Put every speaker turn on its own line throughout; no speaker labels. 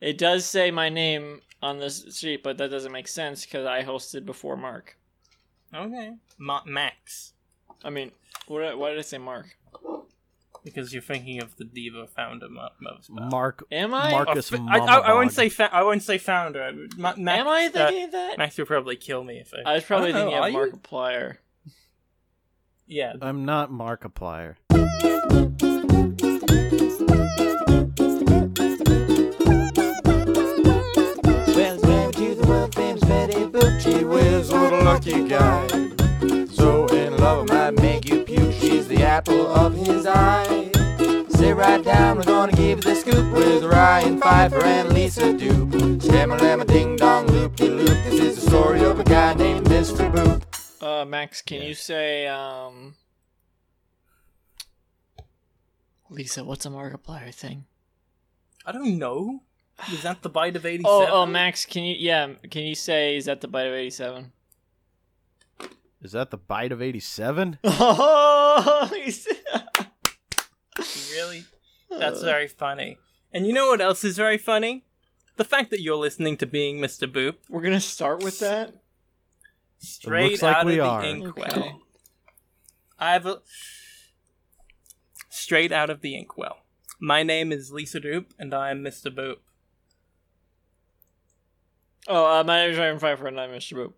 It does say my name on this sheet, but that doesn't make sense because I hosted before Mark.
Okay. Ma- Max.
I mean, what, why did I say Mark?
Because you're thinking of the diva founder Ma- most.
Mark
Am I?
Mark-
Oh,
Marcus
fi- I, I, I
Mamabog.
wouldn't say fa- I wouldn't say founder. I would- Ma- Max,
am I
uh,
thinking of that?
Max would probably kill me if I.
I was probably
I don't
thinking
know,
of
are you?
Markiplier.
yeah.
I'm not Markiplier.
Welcome to the world famous Betty Boop. She was what a lucky guy. So in love, I might make you puke. She's the apple of his eye. Sit right down, we're gonna give you the scoop with Ryan Pfeiffer and Lisa Doop. Stammer, lamma, ding dong, loop de loop. This is the story of a guy named Mr. Boop.
Uh, Max, can
Yeah.
you say um? Lisa, what's a Markiplier thing?
I don't know. Is that the bite of eighty-seven?
Oh, oh, Max, can you? Yeah, can you say is that the bite of eighty-seven?
Is that the bite of '87?
Oh, Lisa.
Really? That's very funny. And you know what else is very funny? The fact that you're listening to Being Mr. Boop
We're gonna start with that.
straight
looks like
out
we
of
are.
the inkwell.
Okay.
I have a straight out of the inkwell. My name is Lisa Doop, and I am Mr. Boop.
Oh, uh, my name is Ryan Pfeiffer, and I'm Mr. Boop.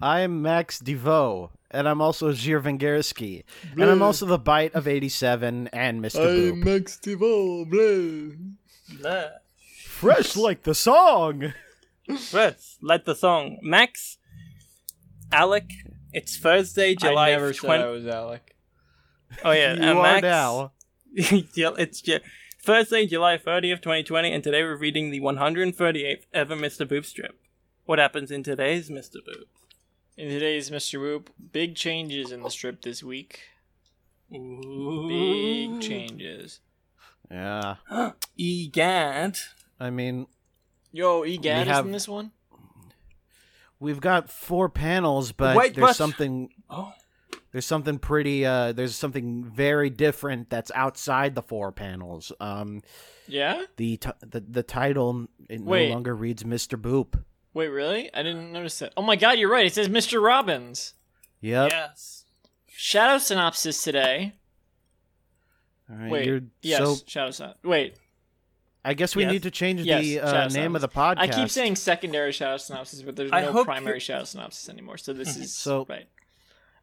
I'm Max DeVoe, and I'm also Zhirvangarski, and I'm also the bite of '87 and Mr. Boop.
Max DeVoe.
Blah.
Fresh like the song.
First, let the song. Max, Alec, it's Thursday, July
I never said I
20-
was Alec.
oh, yeah.
you
uh,
are
Max,
now.
Ju- it's Ju- Thursday, July 30th, 2020, and today we're reading the 138th ever Mr. Boop strip. What happens in today's Mr. Boop?
In today's Mr. Boop, big changes in the strip this week.
Ooh.
Big changes.
Yeah,
Egad.
I mean,
Yo, Egad
We
is
have-
in this one.
we've got four panels, but
Wait,
there's
but-
something
Oh.
there's something pretty uh there's something very different that's outside the four panels um
Yeah.
the t- the, the title it
Wait.
no longer reads mr boop
Wait, really? I didn't notice that. Oh my God, you're right. It says Mr. Robbins.
yep
Yes.
Shadow synopsis today.
All right,
Wait.
you're-
yes.
so
shadow synopsis. Wait.
i guess we
Yes.
need to change
Yes,
the uh,
Shadow
name of
Synopsis.
the podcast
I keep saying secondary shadow synopsis, but there's
I
no
hope
primary
you-
shadow synopsis anymore. So this is
So-
right.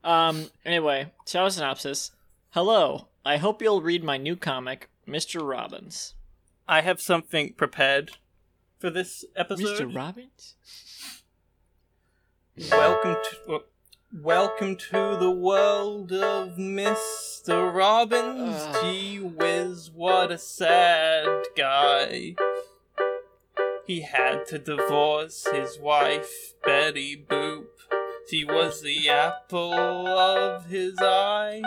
Um. Anyway, shadow synopsis. Hello. I hope you'll read my new comic, Mr. Robbins.
I have something prepared for this episode.
Mr. Robbins.
welcome to. uh, Welcome to the world of Mr. Robbins.
Ugh.
Gee whiz, what a sad guy. He had to divorce his wife, Betty Boop. She was the apple of his eye.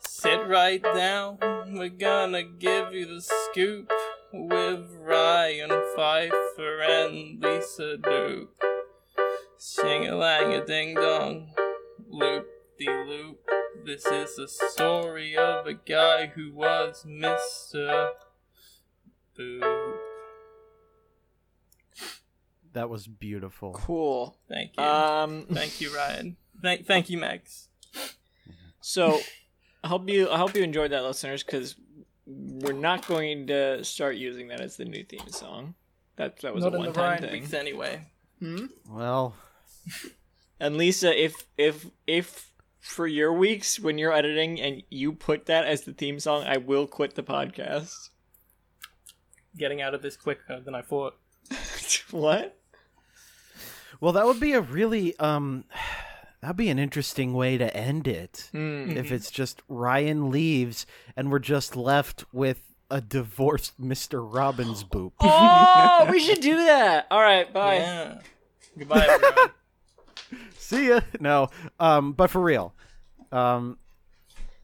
Sit right down, we're gonna give you the scoop with Ryan Pfeiffer and Lisa Duke. Sing a lang a ding dong, loop de loop. This is the story of a guy who was Mr. Boop.
that was beautiful
Cool.
Thank you.
Um.
thank you, Ryan. Thank, thank you, Max.
So, I hope you I hope you enjoyed that, listeners, because we're not going to start using that as the new theme song. That that was a one time thing.
weeks anyway.
Hmm?
well
And Lisa, if if if for your weeks when you're editing and you put that as the theme song, I will quit the podcast.
Getting out of this quicker than I thought.
what?
well that would be a really um that'd be an interesting way to end it
Hmm.
if it's just ryan leaves and we're just left with a divorced mr robbins boop
Oh, we should do that. All right, bye.
Yeah. Goodbye, everyone.
see ya no um but for real um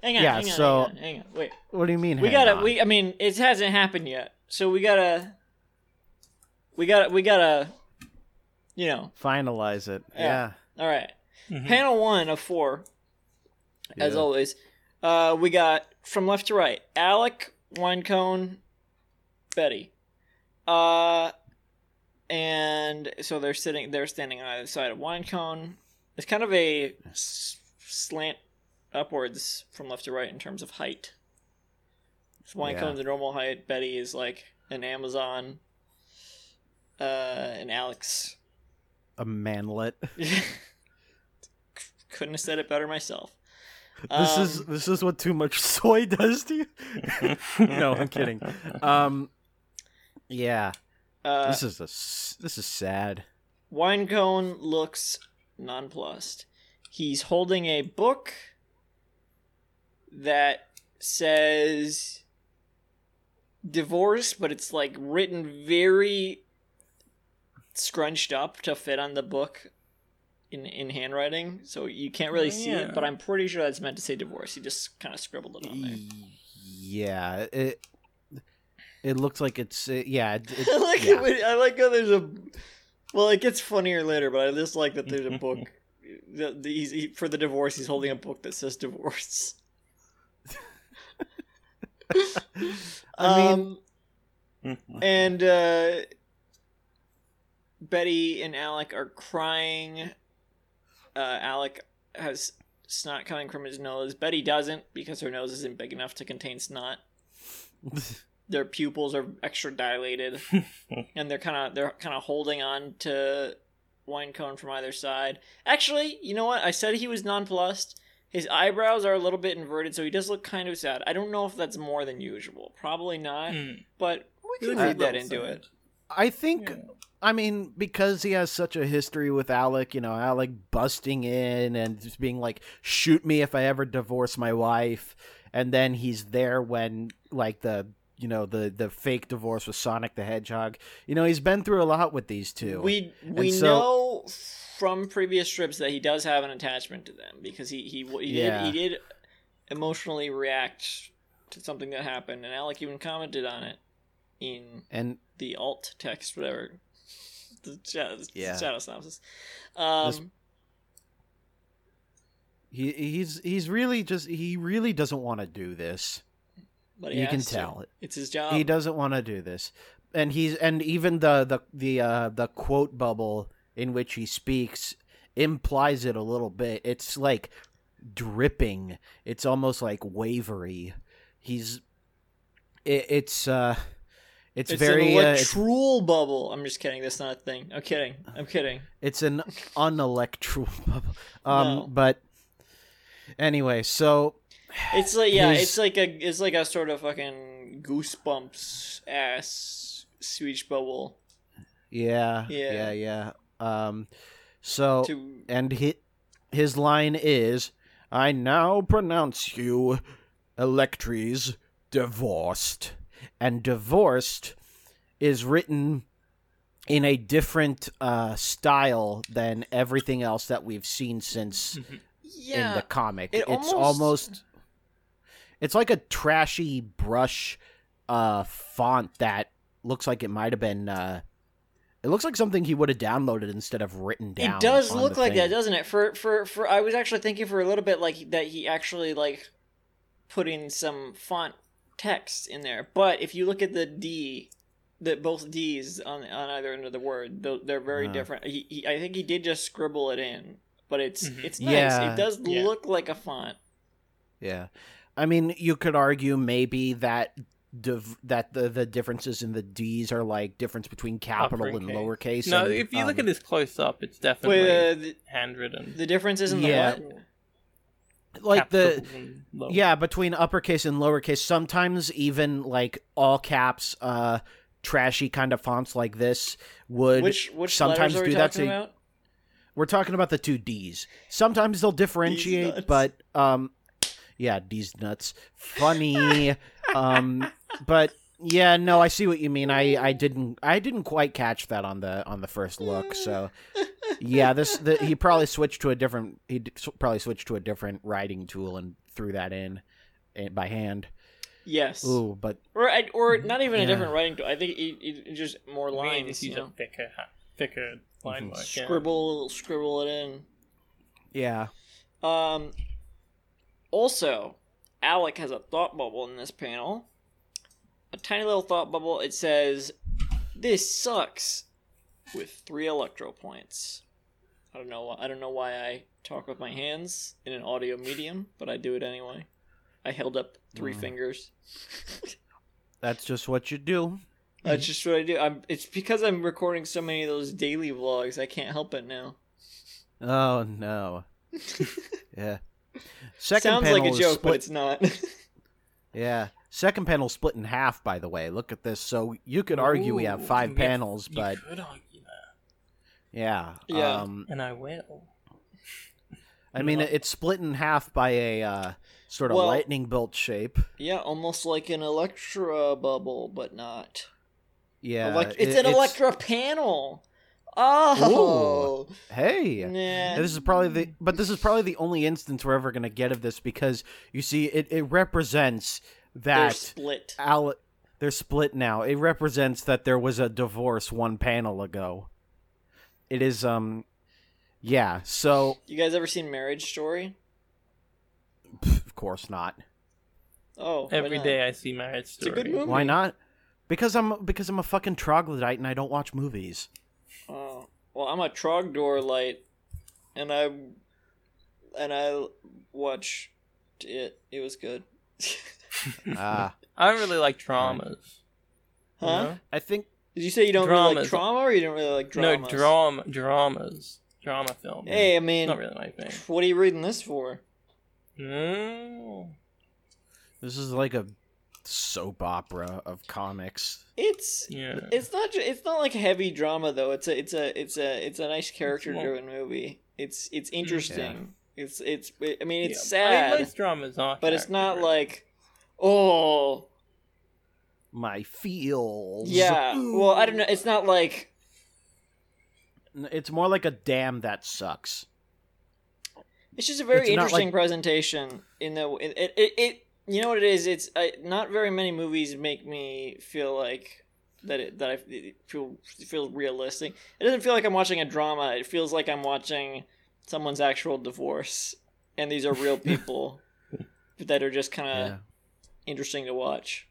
Hang on.
Yeah,
hang on,
so-
hang on, hang on. Wait.
what do you mean
We
hang
gotta.
on?
We. I mean, it hasn't happened yet, so we gotta. We gotta. We gotta. You know.
finalize it
Yeah.
yeah,
All right. Panel one of four, as
Mm-hmm. Yeah.
always. Uh, we got from left to right: Alec Winecone, Betty. Uh, and so they're sitting, they're standing on either side of wine cone. It's kind of a s- slant upwards from left to right in terms of height. So wine
Yeah.
cone's a normal height. Betty is like an Amazon. Uh, and Alex.
A manlet.
Couldn't have said it better myself.
This is
Um,
this is what too much soy does to you. no, I'm kidding. Um, yeah,
uh,
this is a s- this is sad.
Winecone looks nonplussed. He's holding a book that says divorce, but it's like written very scrunched up to fit on the book in in handwriting, so you can't really see
Yeah.
it. But I'm pretty sure that's meant to say divorce. He just kind of scribbled it on there.
Yeah, it it looks like it's uh, yeah. It, it-
I like
yeah.
it when, I like how there's a. Well, it gets funnier later, but I just like that there's a book. the, the, he's, he, for the divorce, he's holding a book that says divorce.
I mean,
um,
Mm.
and uh, Betty and Alec are crying. Uh, Alec has snot coming from his nose. Betty doesn't because her nose isn't big enough to contain snot. Their pupils are extra dilated, and they're kind of they're kind of holding on to wine cone from either side. Actually, you know what? I said he was nonplussed. His eyebrows are a little bit inverted, so he does look kind of sad. I don't know if that's more than usual. Probably not,
Hmm.
but we can
look
read that into it.
I think I mean, because he has such a history with Alec, you know, Alec busting in and just being like, shoot me if I ever divorce my wife. And then he's there when, like, the, you know, the, the fake divorce with Sonic the Hedgehog. You know, he's been through a lot with these two.
We we
so-
know from previous strips that he does have an attachment to them because he he, he
Yeah.
did he did emotionally react to something that happened, and Alec even commented on it in
and
the alt text, whatever. The shadow, the
Yeah.
shadow synopsis. Um,
This- he, he's, he's really just, he really doesn't want to do this.
but he
you can
has to. Um,
tell.
it's his job.
he doesn't want to do this and he's and even the the the uh the quote bubble in which he speaks implies it a little bit it's like dripping it's almost like wavery he's it, it's uh it's,
It's
very
an
uh, it's,
electoral bubble. I'm just kidding. That's not a thing. I'm kidding. I'm kidding.
it's an unelectoral bubble um
No.
but anyway so
It's like yeah,
His-
it's like a it's like a sort of fucking goosebumps ass speech bubble
yeah yeah
Yeah.
yeah, um so
to
and hi his line is, "I now pronounce you, Electries, divorced." And divorced is written in a different uh, style than everything else that we've seen since in
yeah.
the comic.
it
it's
almost-
almost it's like a trashy brush uh font that looks like it might have been uh it looks like something he would have downloaded instead of written down.
It does
on
look
the
like that,
thing.
doesn't it? For for for I was actually thinking for a little bit like that he actually like put in some font text in there. But if you look at the D that both D's on on either end of the word, tho- they're very
Uh.
different. He, he I think he did just scribble it in, but it's
Mhm.
it's nice.
Mm-hmm. Yeah.
It does
Yeah.
look like a font.
Yeah, I mean, you could argue maybe that div- that the the differences in the D's are like difference between capital and
Uppercase.
lowercase.
No,
and,
if you look at
um,
this close up, it's definitely
Wait, uh, the,
handwritten.
the difference is in
Yeah.
the what?
like the
Capitals and
Oh.
low-
yeah between uppercase and lowercase, sometimes even like all caps, uh, trashy kind of fonts like this would.
Which which
sometimes
letters are we
do that
talking
to-
about?
We're talking about the two D's. Sometimes they'll differentiate,
nuts.
but um, yeah, D's nuts. Funny, um, but yeah, no, I see what you mean. I I didn't I didn't quite catch that on the on the first look. So yeah, this the, he probably switched to a different he d- s- probably switched to a different writing tool and threw that in, eh, by hand.
Yes.
Ooh, but
Or I- or not even
Yeah.
a different writing. tool. I think it, it, it just more
I mean,
lines.
it's
you know?
usually thicker, thicker line
Mhm.
work. yeah.
scribble scribble it in.
yeah,
Um, also, Alec has a thought bubble in this panel a tiny little thought bubble. It says, "This sucks," with three electro points. I don't know. I don't know why I talk with my hands in an audio medium, but I do it anyway. I held up three
Mm.
fingers.
That's just what you do.
That's just what I do. I'm, it's because I'm recording so many of those daily vlogs. I can't help it now.
Oh no. yeah. Second
Sounds
panel
like a
is
joke,
split
but it's not.
Yeah. Second panel split in half, by the way. Look at this. So you could argue we have
Ooh,
five
you-
panels,
you
but
could argue that,
yeah.
Yeah.
Um,
and I will.
I mean, it's split in half by a uh, sort of
Well-
lightning bolt shape.
yeah, almost like an Electra bubble, but not.
Yeah.
Elec- it's
it-
an Electra panel. Oh,
Hey.
nah.
This is probably the but this is probably the only instance we're ever going to get of this because you see it, it represents
They're
that
split.
Ale- they're split now. It represents that there was a divorce one panel ago. It is um yeah, so
You guys ever seen Marriage Story?
pff, of course not.
Oh, why
Every
not?
day I see Marriage
It's a
Story.
good movie.
Why not? Because I'm because I'm a fucking troglodyte and I don't watch movies.
Oh, well, I'm a Trogdor light, and I and I watch it. It was good.
Ah,
I don't really like dramas.
huh?
I think
Did you say you don't really like
Dramas.
trauma, or you don't really like
You know?
dramas?
No, drama, dramas, drama films.
Hey, I mean,
not really my thing.
what are you reading this for?
Mm.
this is like a soap opera of comics.
It's
Yeah.
it's not ju- it's not like heavy drama though. It's a it's a it's a it's a nice character driven movie. It's it's interesting. It's it's I mean it's
Yeah,
sad,
I mean, most dramas are,
but it's not
character-driven.
like oh
My feels.
yeah. Well, I don't know. It's not like
It's more like a damn that sucks.
It's just a very
It's not
interesting
like-
presentation. In the it, it, it, it you know what it is. It's I, not very many movies make me feel like that. It, that I it feel feel realistic. It doesn't feel like I'm watching a drama. It feels like I'm watching someone's actual divorce, and these are real people that are just kind of
Yeah.
interesting to watch.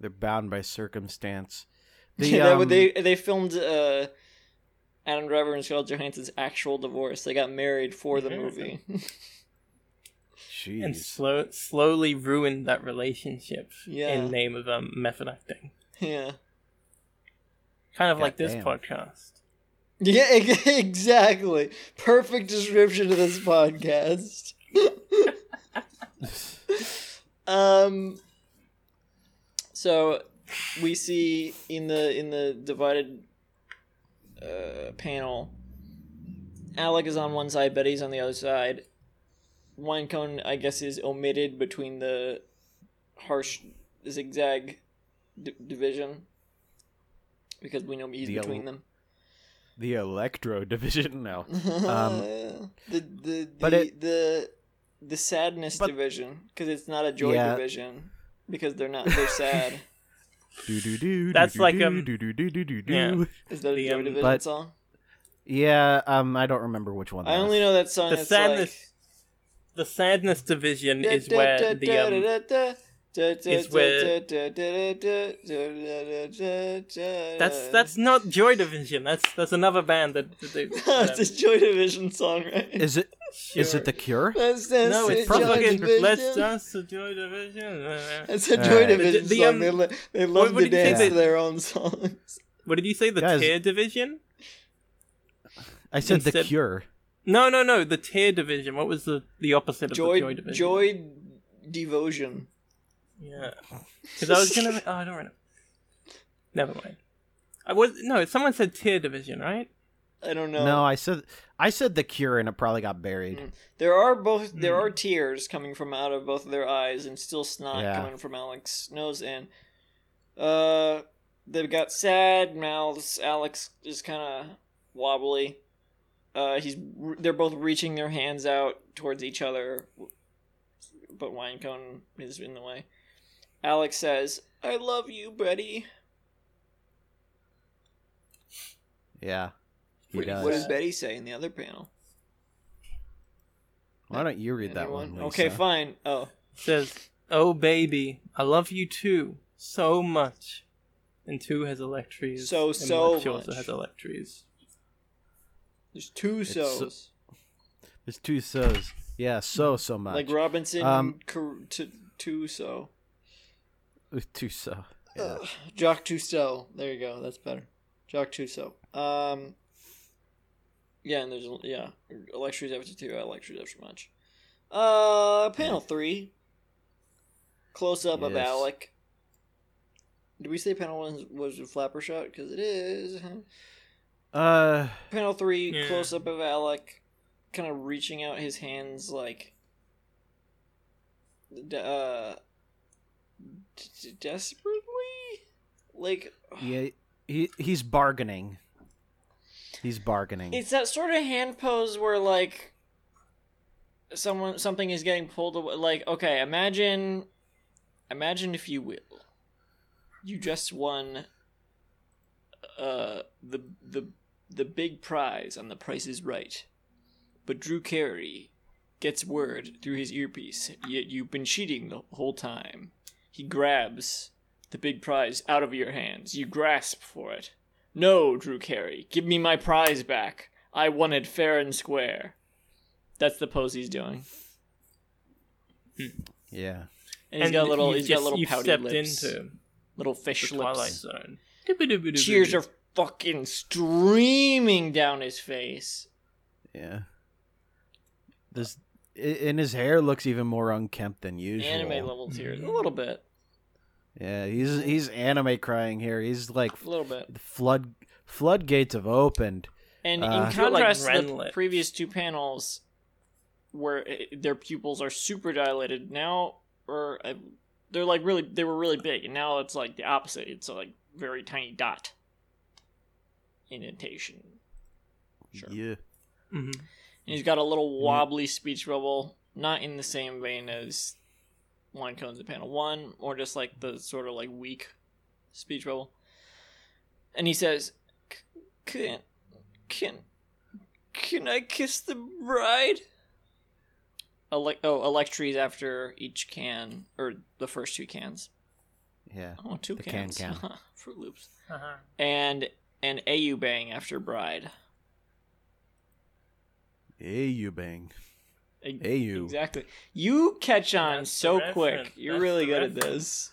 They're bound by circumstance.
They,
The, um,
they they filmed uh, Adam Driver and Scarlett Johansson's actual divorce. They got married for the
Yeah.
movie.
Jeez.
and slow, slowly ruined that relationship
Yeah.
in name of um, method acting.
yeah.
Kind of like this
Goddamn.
podcast.
Yeah, ex- exactly. Perfect description of this podcast. um so we see in the in the divided uh, panel Alec is on one side, Betty's on the other side. Wine cone, I guess, is omitted between the harsh zigzag d- division because we know he's
The el-
between them.
the electro division now.
the the
Um, but
the,
it-
the the sadness
but-
division because it's not a joy
Yeah.
division because they're not they're sad.
do, do, do,
That's
do,
like,
do,
um,
do, do, do, do, do,
yeah.
do.
Is that a
The,
joy
um,
division
But-
song?
Yeah, um, I don't remember which one.
I
that
only
is.
know that song.
Oh, The
that's
sadness The sadness division
like,
is where the um, is where-
that's
that's that's not Joy Division. That's that's another band that, that they.
that's a joy division song, right?
Is it? Is it the Cure?
Let's dance
no,
to
it's
Joy
fucking
Division.
Let's Dance to Joy Division. Uh,
That's a
All
joy
right.
division
The- the,
song.
um,
they, lo- they love
what
to
did you say
dance
they-
to their own songs.
What did you say? The
Guys-
Tear Division?
I said the
Instead-
Cure.
No, no, no. The Tear Division. What was the the opposite of
Joy,
the Joy
joy,
Division?
devotion.
Yeah. Because I was gonna. Oh, I don't remember. Never mind. I was no. Someone said Tear Division, right?
I don't know.
No. I said I said the Cure, and it probably got buried.
There are both. There
Hmm.
are tears coming from out of both of their eyes, and still snot
Yeah.
coming from Alex's nose. And uh, they've got sad mouths. Alex is kind of wobbly. Uh, he's. They're both reaching their hands out towards each other, but Winecone is in the way. Alex says, "I love you, Betty."
Yeah. He
Wait,
does.
what does Betty say in the other panel?
Why don't you read that
Anyone?
one?
Okay,
Lisa?
fine. Oh.
Says, "Oh baby, I love you too. so much. And two has electries.
So,
and
so
Mark also
much.
has electries.
There's two
It's so-
so's.
There's two so's. Yeah, so so much.
like Robinson
Um,
Cru- Tu- Tuso.
With two so. Yeah.
Ugh, Jacques Tuso. There you go. That's better. Jacques Tuso. Um, yeah, and there's yeah electries after two, electries after much. Uh, panel three. Close up of
Yes.
Alec. Did we say panel one was a flapper shot? Because it is.
Uh,
Panel three,
Yeah.
close up of Alec, kind of reaching out his hands like, d- uh, d- d- desperately, like
yeah, he he's bargaining. He's bargaining.
it's that sort of hand pose where like someone something is getting pulled away. Like okay, imagine, imagine if you will, you just won, uh, the the the big prize on The Price Is Right, but Drew Carey gets word through his earpiece. Yet you've been cheating the whole time. He grabs the big prize out of your hands. You grasp for it. No, Drew Carey, give me my prize back. I won it fair and square. That's the pose he's doing,
yeah.
and he's
And
got little.
you've
He's got
just-
little
you've
pouty
stepped
lips,
into
little
the
fish
Twilight
lips.
Zone.
Tears are fucking streaming down his face.
Yeah. This i- and his hair looks even more unkempt than usual.
Anime level tears, a little bit,
Yeah, he's he's anime crying here. He's like
a little bit.
the flood floodgates have opened.
And
Uh,
in
Feel like
contrast to the
Renlet.
previous two panels, where eh, their pupils are super dilated, now or uh, they're like really they were really big, and now it's like the opposite. It's a, like very tiny dot indentation. Sure.
Yeah.
hmm
And he's got a little
Mm-hmm.
wobbly speech bubble, not in the same vein as Wine Cones in panel one, or just like the sort of like weak speech bubble. And he says, "C- "Can, can, can I kiss the bride?" Ele- oh, electries after each can or the first two cans.
Yeah.
Oh, two
The can
cans.
can.
Fruit Loops.
Uh-huh.
And an AU bang after bride.
Hey you bang.
A-
Hey you.
Exactly. You catch on
That's the
so quick.
reference.
You're
That's
really
the
good at
reference.
this.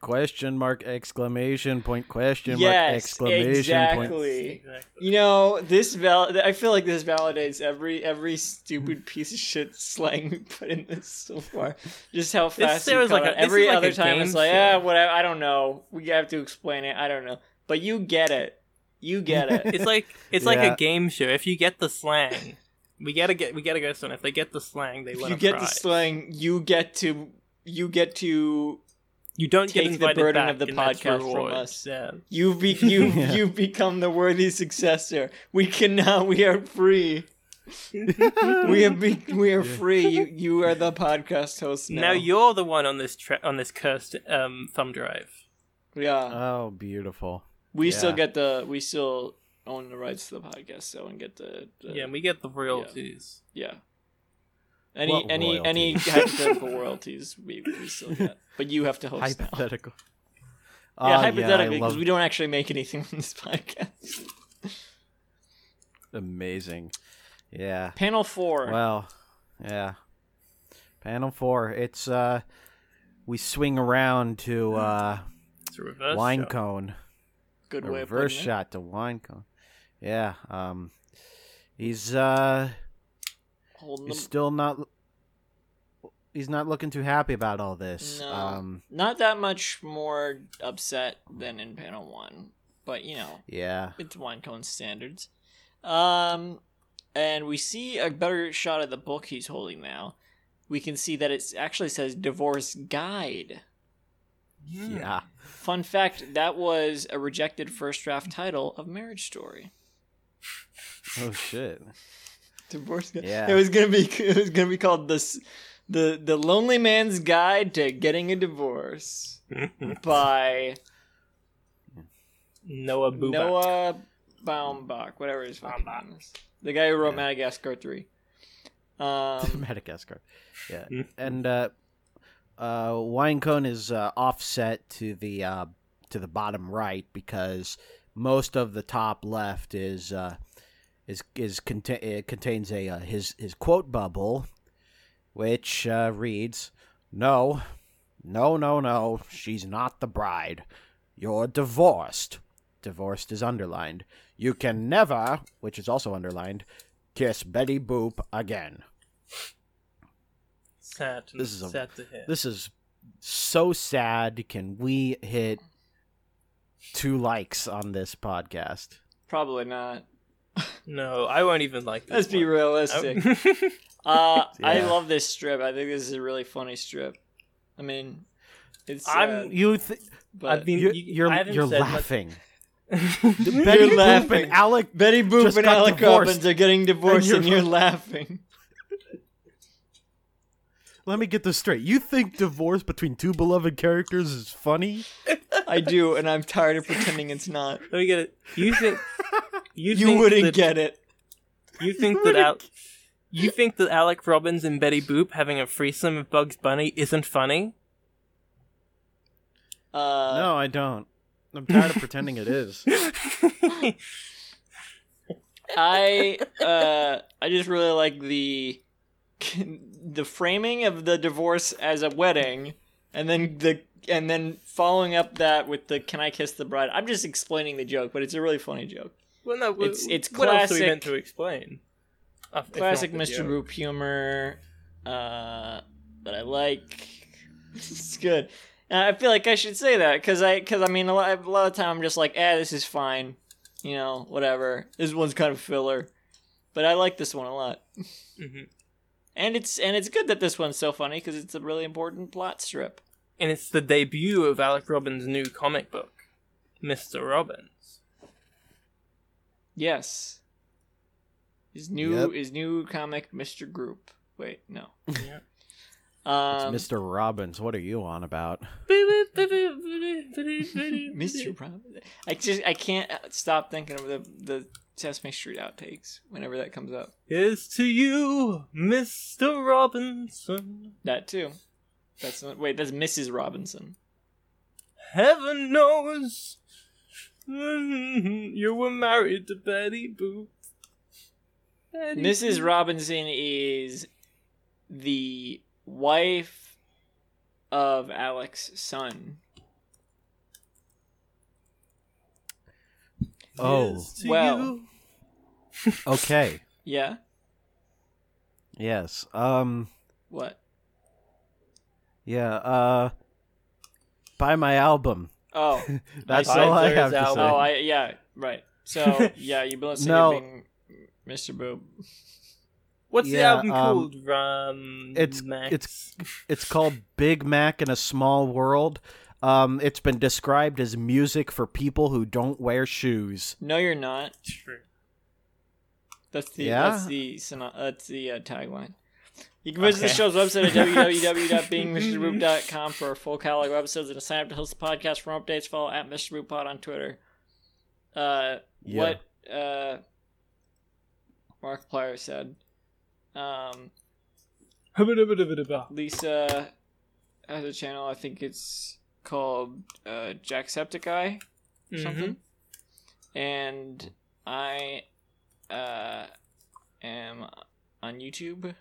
Question mark exclamation point question mark
Yes,
exclamation point.
exactly.
Exactly.
You know this val. I feel like this validates every every stupid piece of shit slang we put in this so far. Just how fast
there
you
was
caught
like a-
on.
this is
every
like a
other time
game
it's like
show.
ah whatever. I don't know. We have to explain it. I don't know. But you get it. You get it.
It's like it's like
Yeah.
a game show. If you get the slang, we gotta get we gotta go to someone. If they get the slang, they
If
win
you
a
get the
prize.
slang. You get to. You get to
you don't
take
get
the
invited
burden
back,
of the
and that's
podcast from
reward.
us.
Yeah.
You be you
Yeah.
you become the worthy successor. We can now we are free. We have be, we are free. You you are the podcast host now.
Now you're the one on this tra- on this cursed um, thumb drive.
yeah.
Oh, beautiful.
We still
yeah.
get the we still own the rights to the podcast so and get the, the
Yeah, and we get the royalties.
yeah. Any
What
any any
royalties?
hypothetical royalties we, we still get. But you have to host now.
Hypothetical.
Ah, yeah,
Oh,
hypothetically
I
because
love-
we don't actually make anything on this podcast.
amazing. Yeah.
Panel 4.
Well, yeah. Panel four. It's uh, we swing around to uh,
It's a reverse
wine
shot.
cone,
Good
a
way of
reverse
putting it.
shot to wine cone. Yeah. Um, he's uh,
Holding
he's
the
still not. He's not looking too happy about all this.
No.
Um,
not that much more upset than in panel one, but you know,
yeah.
it's wine cone standards. Um, and we see a better shot of the book he's holding now. We can see that it actually says divorce guide. Hmm.
Yeah.
Fun fact that was a rejected first draft title of Marriage Story.
Oh shit.
Divorce guide.
Yeah.
It was gonna be it was gonna be called this the the lonely man's guide to getting a divorce by
Noah Booba.
Noah Baumbach, whatever his fucking
Baumbach.
name is. The guy who wrote
Yeah.
Madagascar 3. Um,
Madagascar. Yeah. and uh, Uh, wine cone is uh, offset to the uh, to the bottom right because most of the top left is uh, is is contain it contains a uh, his his quote bubble, which uh, reads, "No, no, no, no, she's not the bride. You're divorced. Divorced is underlined. You can never, which is also underlined, kiss Betty Boop again."
Sad.
This is a-
sad to hear.
This is so sad. Can we hit two likes on this podcast?
Probably not.
No, I won't even like this.
Let's be
one.
realistic.
I-
uh, I
Oh. Yeah.
love this strip. I think this is a really funny strip. I mean, it's.
I'm-
sad,
You th-
but
I've been-
you're
you-
you're,
I haven't
you're
said much.
laughing.
You're
Betty Boop
laughing.
and Alec
Betty Boop
Just
and
got
Alec
divorced,
Robbins are getting divorced,
you're
and you're,
la-
laughing.
Let me get this straight. You think divorce between two beloved characters is funny?
I do, and I'm tired of pretending it's not.
Let me get it. You think you,
You
think
wouldn't
that,
get it.
you think that Al- you think that Alec Robbins and Betty Boop having a threesome with Bugs Bunny isn't funny?
Uh,
no, I don't. I'm tired of pretending it is.
I uh, I just really like the the framing of the divorce as a wedding, and then the and then following up that with the "Can I kiss the bride?" I'm just explaining the joke, but it's a really funny joke.
well, no, wh-
It's- it's
what else are we
classic-
meant to explain? Uh, if not
Classic
the
Mr.
joke.
Boop humor uh, that I like. it's good. And I feel like I should say that because I because I mean a lot, a lot of time I'm just like, ah, this is fine, you know, whatever. This one's kind of filler, but I like this one a lot.
Mhm.
And it's and it's good that this one's so funny because it's a really important plot strip.
and it's the debut of Alec Robbins' new comic book, Mister Robbins.
Yes. His new
Yep.
his new comic, Mr. Group. Wait, no.
Yeah.
Um,
it's Mr. Robbins. What are you on about?
Mr. Robin. I just I can't uh, stop thinking of the the Sesame Street outtakes whenever that comes up.
Here's to you, Mr. Robinson.
That too. That's not wait. That's Mrs. Robinson.
Heaven knows Mm, you were married to Betty Boop. Betty
Mrs.
Boop.
Robinson is the wife of Alex's son.
Oh,
Here's to
Well.
you.
okay.
Yeah.
Yes. Um.
What?
Yeah. Uh. Buy my album.
Oh.
That's
I
all I
said
have
there's
to
album.
say.
oh. I yeah. Right. So yeah, you've been listening
No.
to being Mr. Boob.
What's the
Yeah,
album
um,
called? Um,
it's-
Max.
it's- It's called Big Mac in a Small World. Um, it's been described as music for people who don't wear shoes.
No, you're not.
true.
That's the
Yeah?
that's the syno- that's the uh, tagline. You can visit
Okay.
the show's website at www.beingmrboop.com for our full catalog of episodes and to sign up to host the podcast for more updates. Follow at Mr. Boop Pod on Twitter. Uh,
Yeah.
What uh, Markiplier said. Um, Lisa has a channel. I think it's called uh, Jacksepticeye or
Mm-hmm.
something. And I uh, am on YouTube.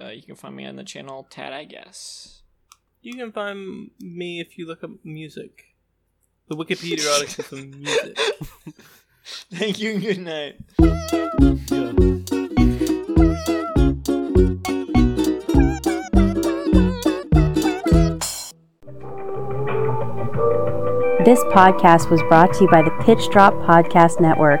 Uh, you can find me on the channel Tad, I guess.
You can find me if you look up music. The Wikipedia article for music.
Thank you. and Good night.
This podcast was brought to you by the Pitch Drop Podcast Network.